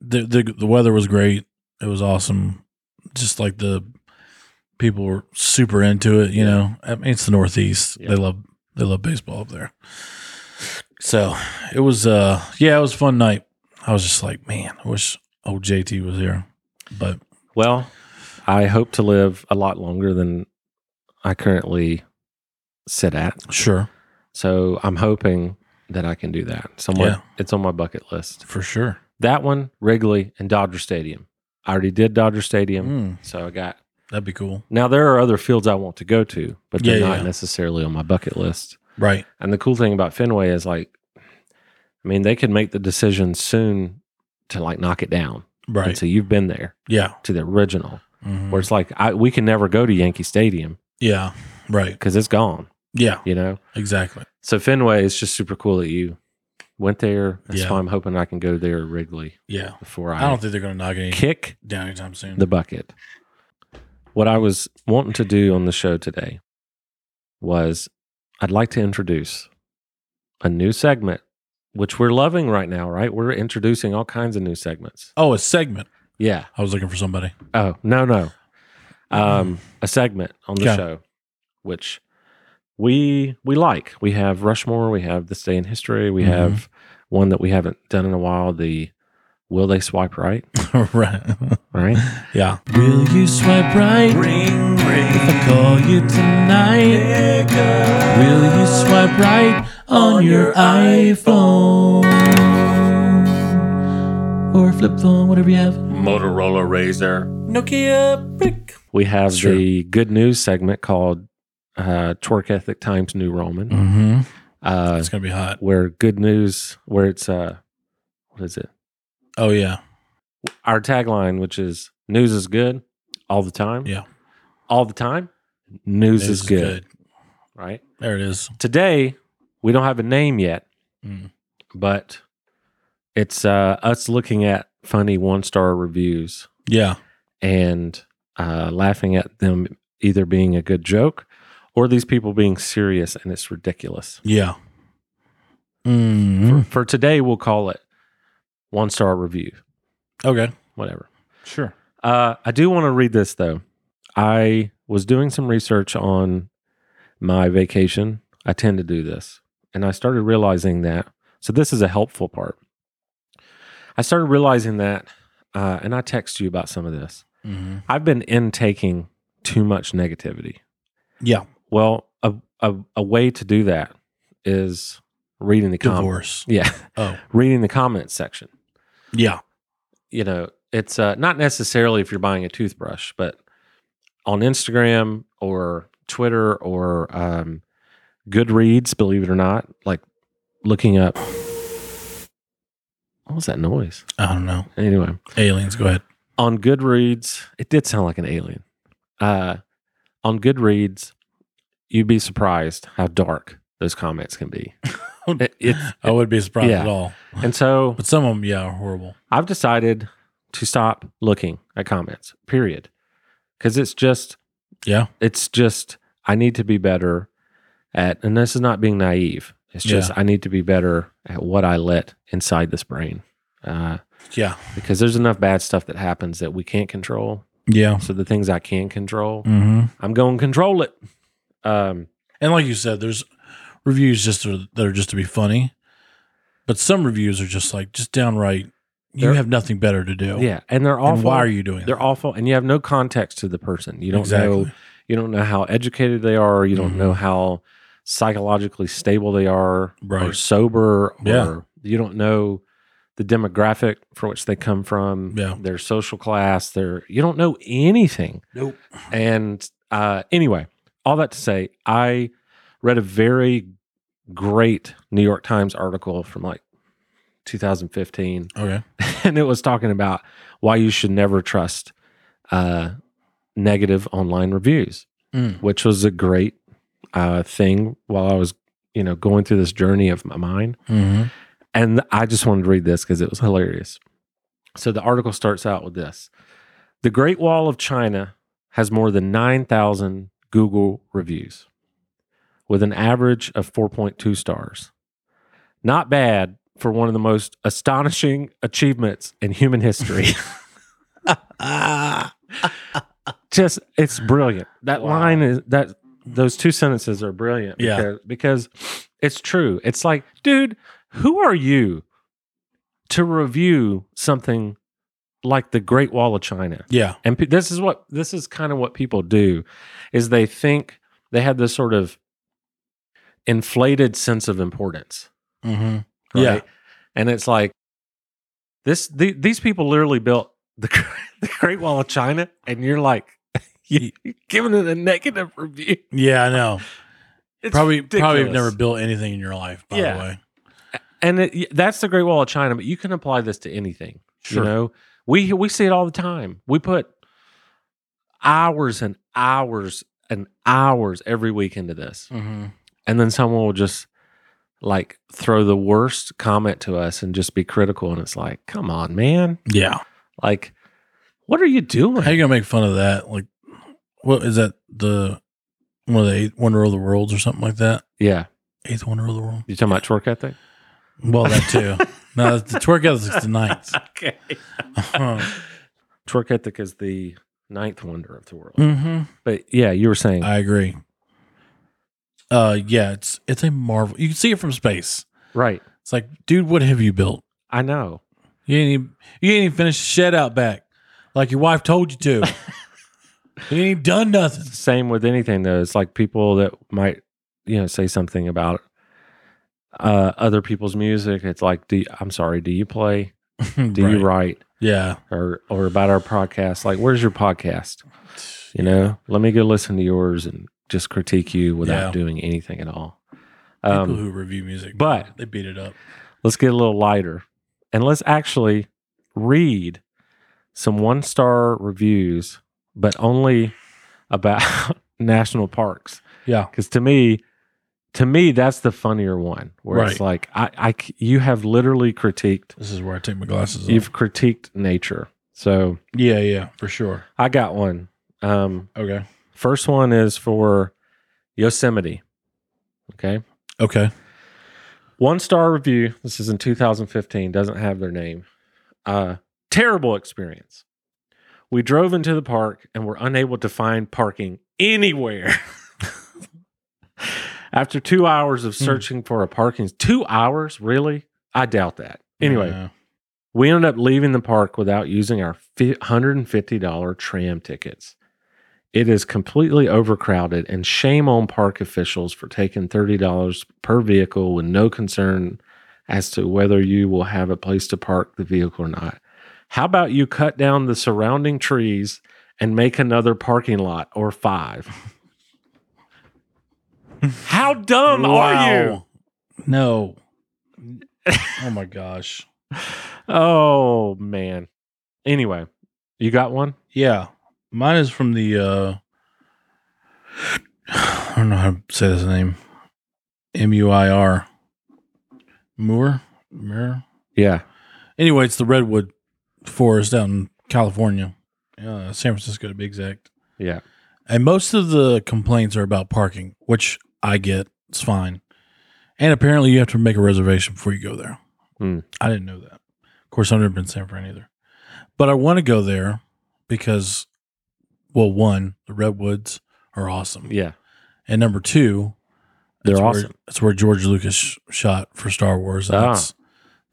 [SPEAKER 2] the, the the weather was great. It was awesome. Just like the people were super into it. You
[SPEAKER 1] Yeah.
[SPEAKER 2] know, I mean, it's the Northeast.
[SPEAKER 1] Yeah.
[SPEAKER 2] They love they love baseball up there. So it was uh yeah, it was a fun night. I was just like, man, I wish old JT was here. But
[SPEAKER 1] Well, I hope to live a lot longer than I currently sit at.
[SPEAKER 2] Sure.
[SPEAKER 1] So I'm hoping that I can do that somewhere.
[SPEAKER 2] Yeah.
[SPEAKER 1] It's on my bucket list.
[SPEAKER 2] For sure.
[SPEAKER 1] That one, Wrigley, and Dodger Stadium. I already did Dodger Stadium.
[SPEAKER 2] Mm,
[SPEAKER 1] So I got
[SPEAKER 2] that'd be cool.
[SPEAKER 1] now there are other fields I want to go to, but they're
[SPEAKER 2] Yeah,
[SPEAKER 1] not
[SPEAKER 2] yeah.
[SPEAKER 1] necessarily on my bucket list.
[SPEAKER 2] Right.
[SPEAKER 1] And the cool thing about Fenway is like, I mean, they could make the decision soon to like knock it down. And
[SPEAKER 2] Right.
[SPEAKER 1] so you've been there
[SPEAKER 2] Yeah.
[SPEAKER 1] to the original,
[SPEAKER 2] Mhm.
[SPEAKER 1] where it's like I, we can never go to Yankee Stadium
[SPEAKER 2] Yeah. Right.
[SPEAKER 1] because it's gone.
[SPEAKER 2] Yeah.
[SPEAKER 1] You know,
[SPEAKER 2] Exactly.
[SPEAKER 1] so Fenway is just super cool that you went there. That's
[SPEAKER 2] Yeah.
[SPEAKER 1] why I'm hoping I can go there at Wrigley
[SPEAKER 2] Yeah.
[SPEAKER 1] before
[SPEAKER 2] I
[SPEAKER 1] I,
[SPEAKER 2] don't think they're going to knock any
[SPEAKER 1] kick
[SPEAKER 2] down anytime soon.
[SPEAKER 1] the bucket. What I was wanting to do on the show today was I'd like to introduce a new segment, which we're loving right now, right? We're introducing all kinds of new segments.
[SPEAKER 2] oh, a segment.
[SPEAKER 1] Yeah.
[SPEAKER 2] I was looking for somebody.
[SPEAKER 1] Oh, no, no. Um, a segment on the
[SPEAKER 2] Okay.
[SPEAKER 1] show, which we we like. We have Rushmore, we have This Day in History, we
[SPEAKER 2] Mhm.
[SPEAKER 1] have one that we haven't done in a while, the Will They Swipe Right?
[SPEAKER 2] right.
[SPEAKER 1] Right?
[SPEAKER 2] Yeah. Will you swipe right? Ring, ring. If I call you tonight, will you swipe right on your iPhone or flip phone, whatever you have?
[SPEAKER 1] Motorola Razor.
[SPEAKER 2] Nokia brick.
[SPEAKER 1] We have
[SPEAKER 2] Sure.
[SPEAKER 1] the good news segment called uh, Twerk Ethic Times New Roman,
[SPEAKER 2] Mm-hmm.
[SPEAKER 1] uh,
[SPEAKER 2] It's gonna be hot.
[SPEAKER 1] where good news, where it's, uh, what is it?
[SPEAKER 2] Oh yeah.
[SPEAKER 1] Our tagline, which is news is good all the time.
[SPEAKER 2] Yeah.
[SPEAKER 1] All the time, news, is, good, Right.
[SPEAKER 2] There it is.
[SPEAKER 1] Today, we don't have a name yet,
[SPEAKER 2] Mm.
[SPEAKER 1] but it's uh, us looking at funny one star reviews
[SPEAKER 2] Yeah.
[SPEAKER 1] and uh, laughing at them either being a good joke or these people being serious and it's ridiculous.
[SPEAKER 2] Yeah. Mm-hmm. Mm.
[SPEAKER 1] For, for today, we'll call it one star review,
[SPEAKER 2] Okay.
[SPEAKER 1] whatever.
[SPEAKER 2] Sure.
[SPEAKER 1] Uh, I do want to read this though. I was doing some research on my vacation. I tend to do this. And I started realizing that. So, this is a helpful part. I started realizing that, uh, and I text you about some of this.
[SPEAKER 2] hmm
[SPEAKER 1] I've been intaking too much negativity.
[SPEAKER 2] Yeah.
[SPEAKER 1] Well, a, a, a way to do that is reading the comments.
[SPEAKER 2] Divorce.
[SPEAKER 1] Yeah,
[SPEAKER 2] Oh.
[SPEAKER 1] reading the comments section.
[SPEAKER 2] Yeah.
[SPEAKER 1] You know, it's uh, not necessarily if you're buying a toothbrush, but on Instagram or Twitter or um, Goodreads, believe it or not, like looking up. What was that noise?
[SPEAKER 2] I don't know.
[SPEAKER 1] Anyway,
[SPEAKER 2] Aliens. Go ahead.
[SPEAKER 1] on Goodreads, it did sound like an alien. Uh, on Goodreads, you'd be surprised how dark those comments can be. It- it's-
[SPEAKER 2] I would be surprised
[SPEAKER 1] Yeah.
[SPEAKER 2] at all.
[SPEAKER 1] and so
[SPEAKER 2] But some of them, yeah, are horrible.
[SPEAKER 1] I've decided to stop looking at comments, period. Because it's just,
[SPEAKER 2] Yeah.
[SPEAKER 1] it's just, I need to be better at, and this is not being naive. It's just, I need to be better at what I let inside this brain. Uh,
[SPEAKER 2] Yeah.
[SPEAKER 1] because there's enough bad stuff that happens that we can't control.
[SPEAKER 2] Yeah.
[SPEAKER 1] So the things I can control,
[SPEAKER 2] Mm-hmm.
[SPEAKER 1] I'm going to control it. Um,
[SPEAKER 2] And like you said, there's reviews just to, that are just to be funny, but some reviews are just like just downright. You
[SPEAKER 1] They're-
[SPEAKER 2] have nothing better to do.
[SPEAKER 1] yeah, and they're awful.
[SPEAKER 2] And why are you doing
[SPEAKER 1] They're
[SPEAKER 2] that?
[SPEAKER 1] awful, and you have no context to the person. You don't know.
[SPEAKER 2] exactly.
[SPEAKER 1] You don't know how educated they are. You don't
[SPEAKER 2] Mhm.
[SPEAKER 1] know how psychologically stable they are, or
[SPEAKER 2] Right.
[SPEAKER 1] sober, or
[SPEAKER 2] Yeah.
[SPEAKER 1] you don't know the demographic for which they come from,
[SPEAKER 2] Yeah.
[SPEAKER 1] their social class. Their you don't know anything.
[SPEAKER 2] Nope.
[SPEAKER 1] And uh, anyway, all that to say, I read a very great New York Times article from like 2015,
[SPEAKER 2] Okay.
[SPEAKER 1] and it was talking about why you should never trust uh, negative online reviews,
[SPEAKER 2] Mm.
[SPEAKER 1] which was a great uh, thing while I was, you know, going through this journey of my mind.
[SPEAKER 2] Mm-hmm.
[SPEAKER 1] And I just wanted to read this because it was hilarious. So the article starts out with this The Great Wall of China has more than 9,000 Google reviews with an average of 4.2 stars. Not bad for one of the most astonishing achievements in human history.
[SPEAKER 2] Ah.
[SPEAKER 1] Just, it's brilliant. That
[SPEAKER 2] Wow.
[SPEAKER 1] line is that those two sentences are brilliant
[SPEAKER 2] Yeah.
[SPEAKER 1] because, because it's true. It's like, dude, who are you to review something like the Great Wall of China?
[SPEAKER 2] Yeah.
[SPEAKER 1] And pe- this is what this is kind of what people do is they think they had this sort of inflated sense of importance.
[SPEAKER 2] Mm-hmm.
[SPEAKER 1] Right?
[SPEAKER 2] Yeah.
[SPEAKER 1] And it's like this the, these people literally built the, Gr- the Great Wall of China and you're like you giving it a negative review.
[SPEAKER 2] Yeah, I know.
[SPEAKER 1] It's
[SPEAKER 2] probably probably have
[SPEAKER 1] ridiculous.
[SPEAKER 2] never built anything in your life, by
[SPEAKER 1] Yeah.
[SPEAKER 2] the way.
[SPEAKER 1] and it, that's the Great Wall of China, but you can apply this to anything.
[SPEAKER 2] Sure.
[SPEAKER 1] You know, we we see it all the time. We put hours and hours and hours every week into this,
[SPEAKER 2] Mm-hmm.
[SPEAKER 1] and then someone will just like throw the worst comment to us and just be critical, and it's like, come on, man,
[SPEAKER 2] Yeah.
[SPEAKER 1] like, what are you doing?
[SPEAKER 2] How you gonna make fun of that? Like what is that the one of the eighth wonder of the worlds or something like that?
[SPEAKER 1] yeah,
[SPEAKER 2] Eighth wonder of the world?
[SPEAKER 1] you talking about twerk ethic?
[SPEAKER 2] Well that too. no, the twerk ethic's the ninth.
[SPEAKER 1] okay, Um, twerk ethic is the ninth wonder of the world.
[SPEAKER 2] mm-hmm.
[SPEAKER 1] But yeah, you were saying,
[SPEAKER 2] I agree. Uh yeah, it's it's a marvel. You can see it from space.
[SPEAKER 1] right?
[SPEAKER 2] It's like, dude, what have you built?
[SPEAKER 1] I know.
[SPEAKER 2] You ain't even, you ain't even finished the shed out back, like your wife told you to. you ain't even done nothing.
[SPEAKER 1] same with anything though. It's like people that might, you know, say something about uh, other people's music. It's like, do I'm sorry, do you play? Do you
[SPEAKER 2] Right.
[SPEAKER 1] write?
[SPEAKER 2] Yeah,
[SPEAKER 1] Or or about our podcast? Like, where's your podcast? You know, let me go listen to yours and just critique you without
[SPEAKER 2] Yeah.
[SPEAKER 1] doing anything at all.
[SPEAKER 2] people
[SPEAKER 1] Um,
[SPEAKER 2] who review music,
[SPEAKER 1] but-
[SPEAKER 2] they beat it up.
[SPEAKER 1] let's get a little lighter and let's actually read some one star reviews, but only about national parks.
[SPEAKER 2] Yeah,
[SPEAKER 1] because to me to me that's the funnier one where it's
[SPEAKER 2] Right.
[SPEAKER 1] like I, I c- you have literally critiqued
[SPEAKER 2] this is where I take my glasses off.
[SPEAKER 1] you've critiqued nature so
[SPEAKER 2] yeah, yeah, for sure.
[SPEAKER 1] i got one um
[SPEAKER 2] Okay,
[SPEAKER 1] first one is for yosemite okay
[SPEAKER 2] okay.
[SPEAKER 1] one star review this is in 2015 doesn't have their name uh terrible experience we drove into the park and were unable to find parking anywhere after two hours of
[SPEAKER 2] Hmm.
[SPEAKER 1] searching for a parking two hours really i doubt that anyway
[SPEAKER 2] Yeah.
[SPEAKER 1] we ended up leaving the park without using our fi- $150 tram tickets it is completely overcrowded and shame on park officials for taking $30 per vehicle with no concern as to whether you will have a place to park the vehicle or not how about you cut down the surrounding trees and make another parking lot or five how dumb are you
[SPEAKER 2] Wow. No. oh my gosh.
[SPEAKER 1] oh man anyway you got one
[SPEAKER 2] Yeah, mine is from the. uh I don't know how to say this name. M U I R. Moore. Mirror.
[SPEAKER 1] yeah
[SPEAKER 2] Anyway, it's the redwood forest out in California, uh, San Francisco to be exact.
[SPEAKER 1] Yeah.
[SPEAKER 2] And most of the complaints are about parking, which I get. It's fine. And apparently, you have to make a reservation before you go there.
[SPEAKER 1] Hmm.
[SPEAKER 2] I didn't know that. Of course, I've never been to San Fran either. But I want to go there because, well, one, the redwoods are awesome.
[SPEAKER 1] Yeah.
[SPEAKER 2] And number two,
[SPEAKER 1] They're
[SPEAKER 2] that's where-
[SPEAKER 1] awesome.
[SPEAKER 2] That's where George Lucas sh- shot for Star Wars. and
[SPEAKER 1] Ah.
[SPEAKER 2] That's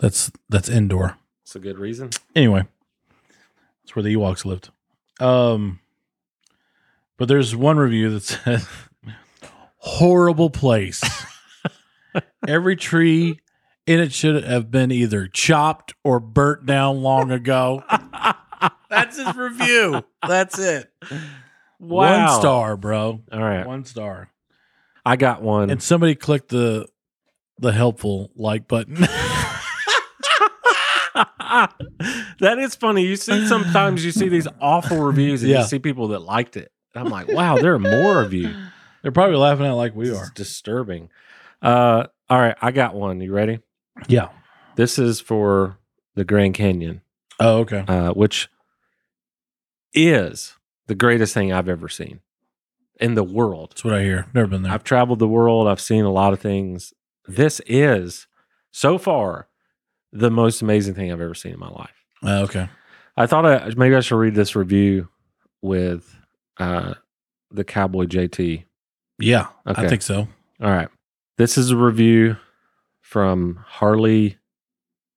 [SPEAKER 2] that's that's indoor
[SPEAKER 1] It's a good reason.
[SPEAKER 2] anyway, that's where the Ewoks lived. Um, but there's one review that said, "Horrible place. Every tree in it should have been either chopped or burnt down long ago." That's his review. That's it. One star, bro.
[SPEAKER 1] All right.
[SPEAKER 2] One star.
[SPEAKER 1] I got one.
[SPEAKER 2] And somebody clicked the the helpful like button.
[SPEAKER 1] that is funny. You see, sometimes you see these awful reviews and
[SPEAKER 2] Yeah.
[SPEAKER 1] you see people that liked it. And I'm like, wow, there are more of you.
[SPEAKER 2] They're probably laughing out like we
[SPEAKER 1] This is
[SPEAKER 2] are.
[SPEAKER 1] disturbing. Uh, all right. I got one. You ready?
[SPEAKER 2] Yeah.
[SPEAKER 1] This is for the Grand Canyon,
[SPEAKER 2] Oh, okay.
[SPEAKER 1] uh, which is the greatest thing I've ever seen in the world.
[SPEAKER 2] That's what I hear. Never been there.
[SPEAKER 1] I've traveled the world. I've seen a lot of things. This is so far the most amazing thing I've ever seen in my life.
[SPEAKER 2] Oh, okay.
[SPEAKER 1] I thought I, maybe I should read this review with uh, the Cowboy JT.
[SPEAKER 2] Yeah,
[SPEAKER 1] Okay.
[SPEAKER 2] I think so.
[SPEAKER 1] All right. This is a review from Harley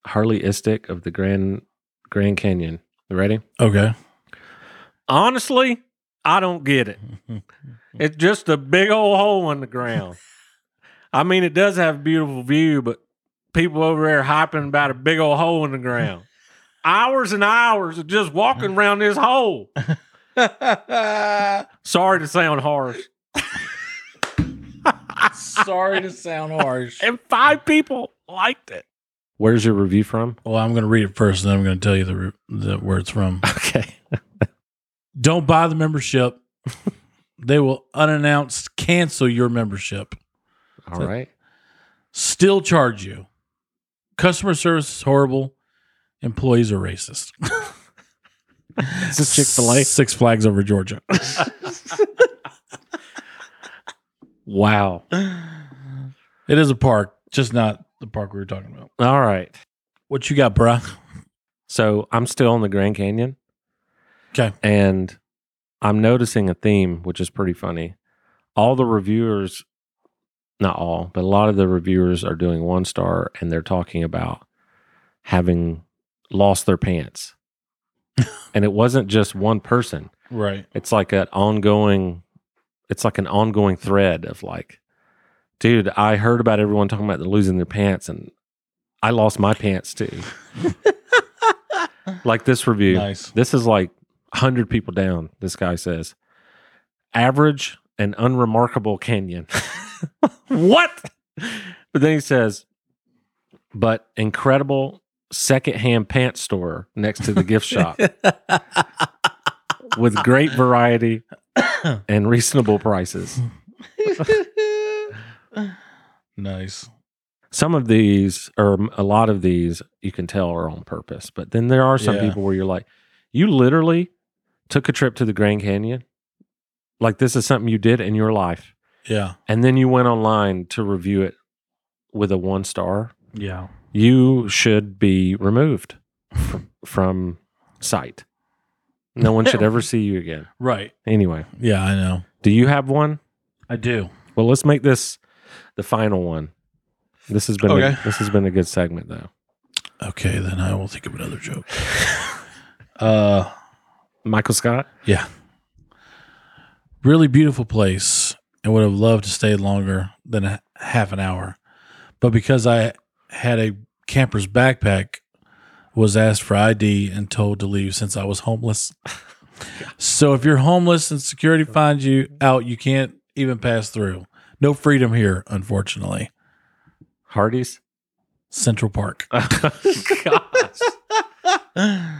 [SPEAKER 1] Harley Istick of the Grand Grand Canyon. You ready?
[SPEAKER 2] Okay.
[SPEAKER 1] Honestly, I don't get it. It's just a big old hole in the ground. I mean, it does have a beautiful view, but people over there hyping about a big old hole in the ground. hours and hours of just walking around this hole. Sorry to sound harsh.
[SPEAKER 3] Sorry to sound harsh.
[SPEAKER 1] And five people liked it. Where's your review from?
[SPEAKER 2] Well, I'm going to read it first, and then I'm going to tell you the, re- the where it's from.
[SPEAKER 1] Okay.
[SPEAKER 2] Don't buy the membership. they will unannounced cancel your membership.
[SPEAKER 1] All right.
[SPEAKER 2] Still charge you. Customer service is horrible. Employees are racist.
[SPEAKER 1] Is this Chick-fil-A?
[SPEAKER 2] Six Flags over Georgia.
[SPEAKER 1] Wow.
[SPEAKER 2] It is a park, just not the park we were talking about.
[SPEAKER 1] All right.
[SPEAKER 2] What you got, bruh?
[SPEAKER 1] So I'm still in the Grand Canyon.
[SPEAKER 2] 'Kay.
[SPEAKER 1] And I'm noticing a theme, which is pretty funny. All the reviewers, not all, but a lot of the reviewers are doing one star and they're talking about having lost their pants. and it wasn't just one person.
[SPEAKER 2] Right.
[SPEAKER 1] it's like an ongoing it's like an ongoing thread of like dude i heard about everyone talking about the losing their pants and i lost my pants too like this review
[SPEAKER 2] Nice.
[SPEAKER 1] this is like 100 people down this guy says average and unremarkable canyon what but then he says but incredible secondhand pants store next to the gift shop with great variety and reasonable prices.
[SPEAKER 2] Nice.
[SPEAKER 1] Some of these, or a lot of these, you can tell are on purpose. But then there are some
[SPEAKER 2] Yeah.
[SPEAKER 1] people where you're like, you literally took a trip to the Grand Canyon. Like this is something you did in your life.
[SPEAKER 2] Yeah.
[SPEAKER 1] And then you went online to review it with a one star.
[SPEAKER 2] Yeah.
[SPEAKER 1] You should be removed from, from sight. No one should ever see you again.
[SPEAKER 2] Right.
[SPEAKER 1] Anyway,
[SPEAKER 2] Yeah, I know.
[SPEAKER 1] do you have one?
[SPEAKER 2] I do.
[SPEAKER 1] Well, let's make this the final one. This has been a-
[SPEAKER 2] Okay.
[SPEAKER 1] this has been a good segment though.
[SPEAKER 2] Okay, then I will think of another joke. uh
[SPEAKER 1] Michael Scott.
[SPEAKER 2] yeah. Really beautiful place and would have loved to stay longer than a half an hour. But because I had a camper's backpack, was asked for ID and told to leave since I was homeless. so if you're homeless and security finds you out, you can't even pass through. No freedom here, unfortunately.
[SPEAKER 1] Hardy's.
[SPEAKER 2] Central Park.
[SPEAKER 1] Oh, Gosh.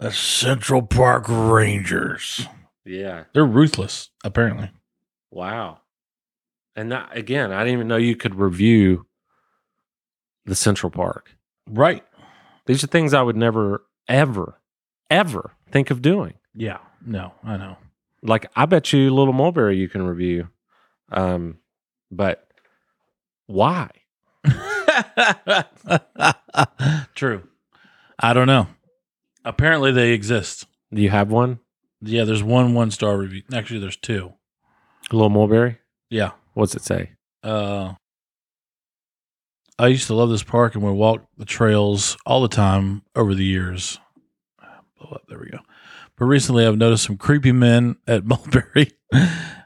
[SPEAKER 2] the Central Park Rangers.
[SPEAKER 1] Yeah.
[SPEAKER 2] They're ruthless, apparently.
[SPEAKER 1] Wow. And that again, I didn't even know you could review the Central Park.
[SPEAKER 2] Right.
[SPEAKER 1] These are things I would never, ever, ever think of doing.
[SPEAKER 2] Yeah. No, I know.
[SPEAKER 1] Like I bet you Little Mulberry you can review. Um, but why?
[SPEAKER 2] True. I don't know. Apparently they exist.
[SPEAKER 1] Do you have one?
[SPEAKER 2] Yeah, there's one one star review. Actually, there's two.
[SPEAKER 1] Little Mulberry?
[SPEAKER 2] Yeah.
[SPEAKER 1] What's it say?
[SPEAKER 2] Uh, I used to love this park and would walk the trails all the time over the years. Blow up, there we go. But recently, I've noticed some creepy men at Mulberry.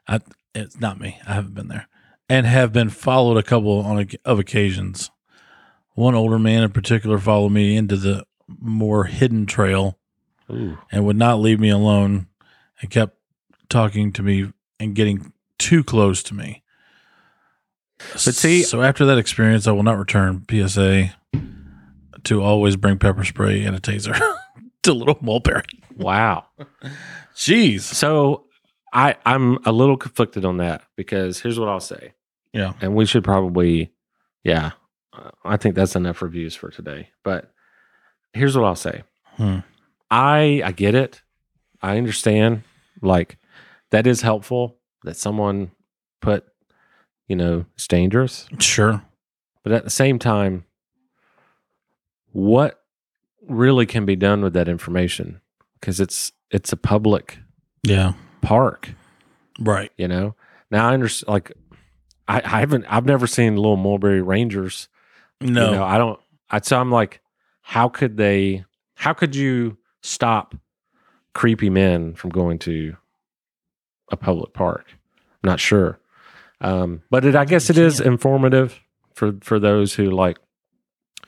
[SPEAKER 2] I, it's not me. I haven't been there, and have been followed a couple on oc- of occasions. One older man in particular followed me into the more hidden trail
[SPEAKER 1] Ooh.
[SPEAKER 2] and would not leave me alone and kept talking to me and getting too close to me.
[SPEAKER 1] But see-
[SPEAKER 2] so after that experience, I will not return. PSA to always bring pepper spray and a taser to Little Mulberry.
[SPEAKER 1] Wow.
[SPEAKER 2] Jeez.
[SPEAKER 1] So I I'm a little conflicted on that because here's what I'll say.
[SPEAKER 2] Yeah.
[SPEAKER 1] And we should probably yeah. uh, I think that's enough reviews for today. But here's what I'll say.
[SPEAKER 2] Hmm.
[SPEAKER 1] I I get it. I understand like that is helpful that someone put you know, it's dangerous.
[SPEAKER 2] Sure.
[SPEAKER 1] But at the same time, what really can be done with that information? Because it's it's a public
[SPEAKER 2] Yeah.
[SPEAKER 1] park.
[SPEAKER 2] Right.
[SPEAKER 1] you know now i understand like i, I haven't i've never seen little mulberry rangers
[SPEAKER 2] No.
[SPEAKER 1] you know i don't I, so i'm like how could they how could you stop creepy men from going to a public park. I'm not sure, um, but it, I guess it
[SPEAKER 2] You
[SPEAKER 1] is informative for for those who like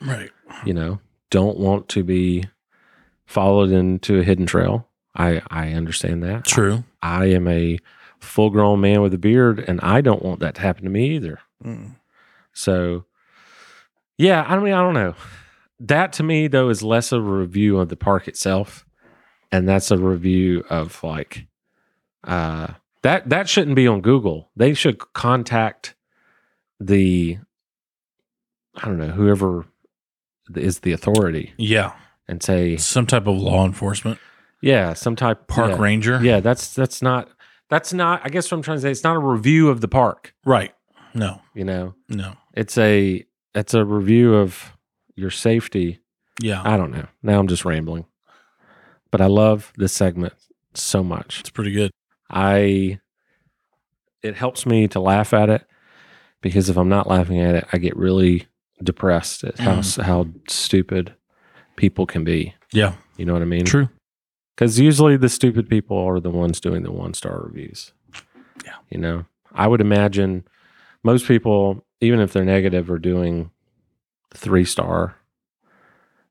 [SPEAKER 2] Right.
[SPEAKER 1] you know don't want to be followed into a hidden trail. I I understand that.
[SPEAKER 2] True.
[SPEAKER 1] I am a full grown man with a beard, and I don't want that to happen to me either. So, yeah, I mean, I don't know. That to me, though, is less a review of the park itself, and that's a review of like uh, that. That shouldn't be on Google. They should contact the I don't know whoever is the authority
[SPEAKER 2] Yeah.
[SPEAKER 1] and say,
[SPEAKER 2] Some type of law enforcement,
[SPEAKER 1] yeah, some type
[SPEAKER 2] park
[SPEAKER 1] yeah,
[SPEAKER 2] ranger.
[SPEAKER 1] Yeah, that's that's not that's not. I guess what I'm trying to say, it's not a review of the park.
[SPEAKER 2] Right. No.
[SPEAKER 1] You know,
[SPEAKER 2] No.
[SPEAKER 1] it's a it's a review of your safety
[SPEAKER 2] Yeah.
[SPEAKER 1] I don't know. Now I'm just rambling. But I love this segment so much.
[SPEAKER 2] it's pretty good.
[SPEAKER 1] I it helps me to laugh at it because if I'm not laughing at it, I get really depressed at how s how stupid people can be.
[SPEAKER 2] Yeah.
[SPEAKER 1] You know what I mean?
[SPEAKER 2] True.
[SPEAKER 1] Cuz usually the stupid people are the ones doing the one-star reviews.
[SPEAKER 2] Yeah.
[SPEAKER 1] You know. I would imagine most people even if they're negative are doing 3-star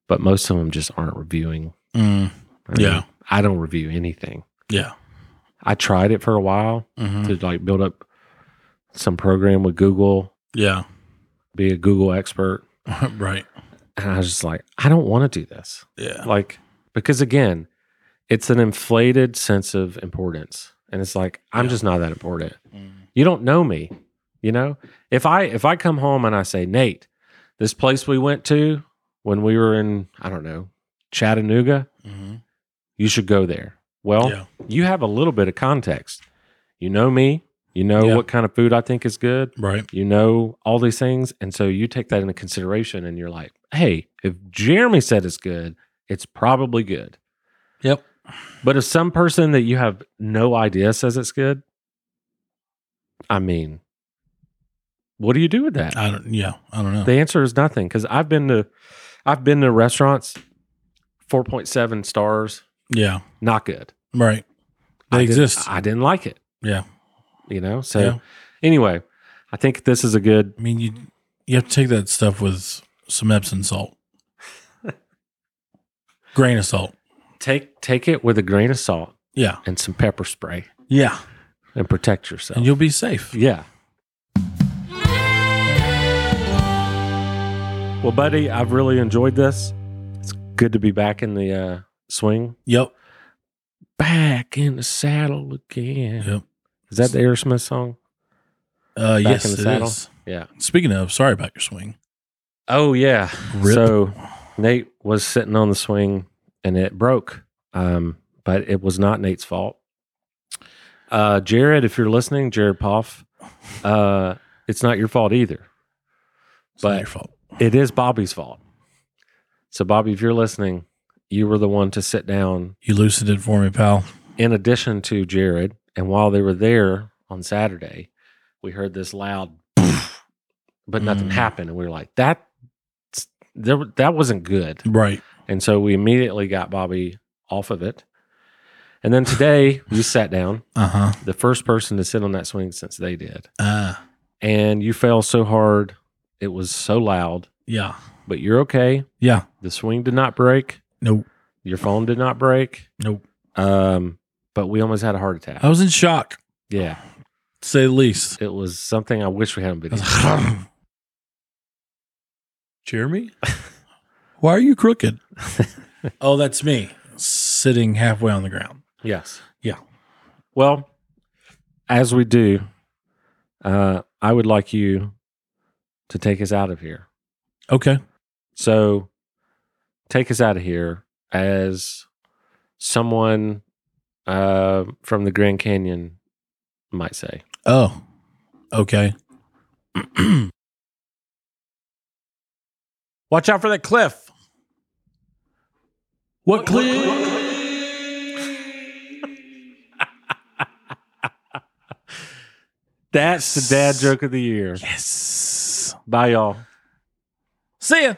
[SPEAKER 1] but most of them just aren't reviewing
[SPEAKER 2] Mm.
[SPEAKER 1] I mean,
[SPEAKER 2] Yeah.
[SPEAKER 1] I don't review anything.
[SPEAKER 2] Yeah.
[SPEAKER 1] I tried it for a while
[SPEAKER 2] Mhm.
[SPEAKER 1] to like build up some program with Google,
[SPEAKER 2] Yeah.
[SPEAKER 1] be a Google expert.
[SPEAKER 2] right.
[SPEAKER 1] And I was just like, I don't want to do this.
[SPEAKER 2] Yeah.
[SPEAKER 1] Like, because again, it's an inflated sense of importance. And it's like, I'm
[SPEAKER 2] Yeah.
[SPEAKER 1] just not that important.
[SPEAKER 2] Mm.
[SPEAKER 1] You don't know me. You know? If I if I come home and I say, Nate, this place we went to when we were in, I don't know, Chattanooga,
[SPEAKER 2] Mhm.
[SPEAKER 1] you should go there. Well,
[SPEAKER 2] Yeah.
[SPEAKER 1] you have a little bit of context. You know me, you know
[SPEAKER 2] Yeah.
[SPEAKER 1] what kind of food I think is good,
[SPEAKER 2] Right.
[SPEAKER 1] you know all these things. And so you take that into consideration and you're like, hey, if Jeremy said it's good, it's probably good.
[SPEAKER 2] Yep.
[SPEAKER 1] But if some person that you have no idea says it's good, I mean, what do you do with that?
[SPEAKER 2] I don't. Yeah. I don't know.
[SPEAKER 1] The answer is nothing because I've been to, I've been to restaurants, four point seven stars,
[SPEAKER 2] yeah.
[SPEAKER 1] not good.
[SPEAKER 2] Right. They
[SPEAKER 1] I didn't-
[SPEAKER 2] exist.
[SPEAKER 1] I didn't like it.
[SPEAKER 2] Yeah.
[SPEAKER 1] You know, so
[SPEAKER 2] Yeah.
[SPEAKER 1] anyway, I think this is a good.
[SPEAKER 2] I mean, you you have to take that stuff with some Epsom salt, grain of salt.
[SPEAKER 1] Take take it with a grain of salt
[SPEAKER 2] Yeah.
[SPEAKER 1] and some pepper spray
[SPEAKER 2] Yeah.
[SPEAKER 1] and protect yourself.
[SPEAKER 2] And you'll be safe.
[SPEAKER 1] yeah. Well, buddy, I've really enjoyed this. It's good to be back in the uh, swing,
[SPEAKER 2] Yep.
[SPEAKER 1] back in the saddle again.
[SPEAKER 2] Yep.
[SPEAKER 1] Is that the Aerosmith song?
[SPEAKER 2] Uh, yes,
[SPEAKER 1] in
[SPEAKER 2] it
[SPEAKER 1] the
[SPEAKER 2] is.
[SPEAKER 1] saddle? Yeah.
[SPEAKER 2] Speaking of, sorry about your swing.
[SPEAKER 1] Oh yeah.
[SPEAKER 2] Rip.
[SPEAKER 1] So Nate was sitting on the swing and it broke. Um, but it was not Nate's fault. Uh, Jared, if you're listening, Jared Poff, uh, it's not your fault either.
[SPEAKER 2] it's not
[SPEAKER 1] but-
[SPEAKER 2] your fault.
[SPEAKER 1] It is Bobby's fault. So Bobby, if you're listening, you were the one to sit down
[SPEAKER 2] You loosened it for me, pal.
[SPEAKER 1] in addition to Jared. And while they were there on Saturday, we heard this loud, but nothing
[SPEAKER 2] Mm.
[SPEAKER 1] happened. And we were like, that, there, that wasn't good.
[SPEAKER 2] Right.
[SPEAKER 1] And so we immediately got Bobby off of it. And then today you sat down,
[SPEAKER 2] Uh huh.
[SPEAKER 1] the first person to sit on that swing since they did.
[SPEAKER 2] Uh
[SPEAKER 1] And you fell so hard, it was so loud,
[SPEAKER 2] yeah.
[SPEAKER 1] but you're okay.
[SPEAKER 2] Yeah.
[SPEAKER 1] The swing did not break,
[SPEAKER 2] Nope.
[SPEAKER 1] your phone did not break.
[SPEAKER 2] Nope.
[SPEAKER 1] Um, but we almost had a heart attack.
[SPEAKER 2] I was in shock,
[SPEAKER 1] Yeah.
[SPEAKER 2] to say the least.
[SPEAKER 1] It was something I wish we hadn't been.
[SPEAKER 2] Jeremy, why are you crooked? oh, that's me sitting halfway on the ground.
[SPEAKER 1] yes.
[SPEAKER 2] Yeah.
[SPEAKER 1] Well, as we do, uh, I would like you to take us out of here.
[SPEAKER 2] Okay.
[SPEAKER 1] So take us out of here as someone uh, from the Grand Canyon might say.
[SPEAKER 2] Oh, okay. Watch out for that cliff. What cliff?
[SPEAKER 1] That's the dad joke of the year.
[SPEAKER 2] Yes.
[SPEAKER 1] Bye, y'all.
[SPEAKER 2] See ya.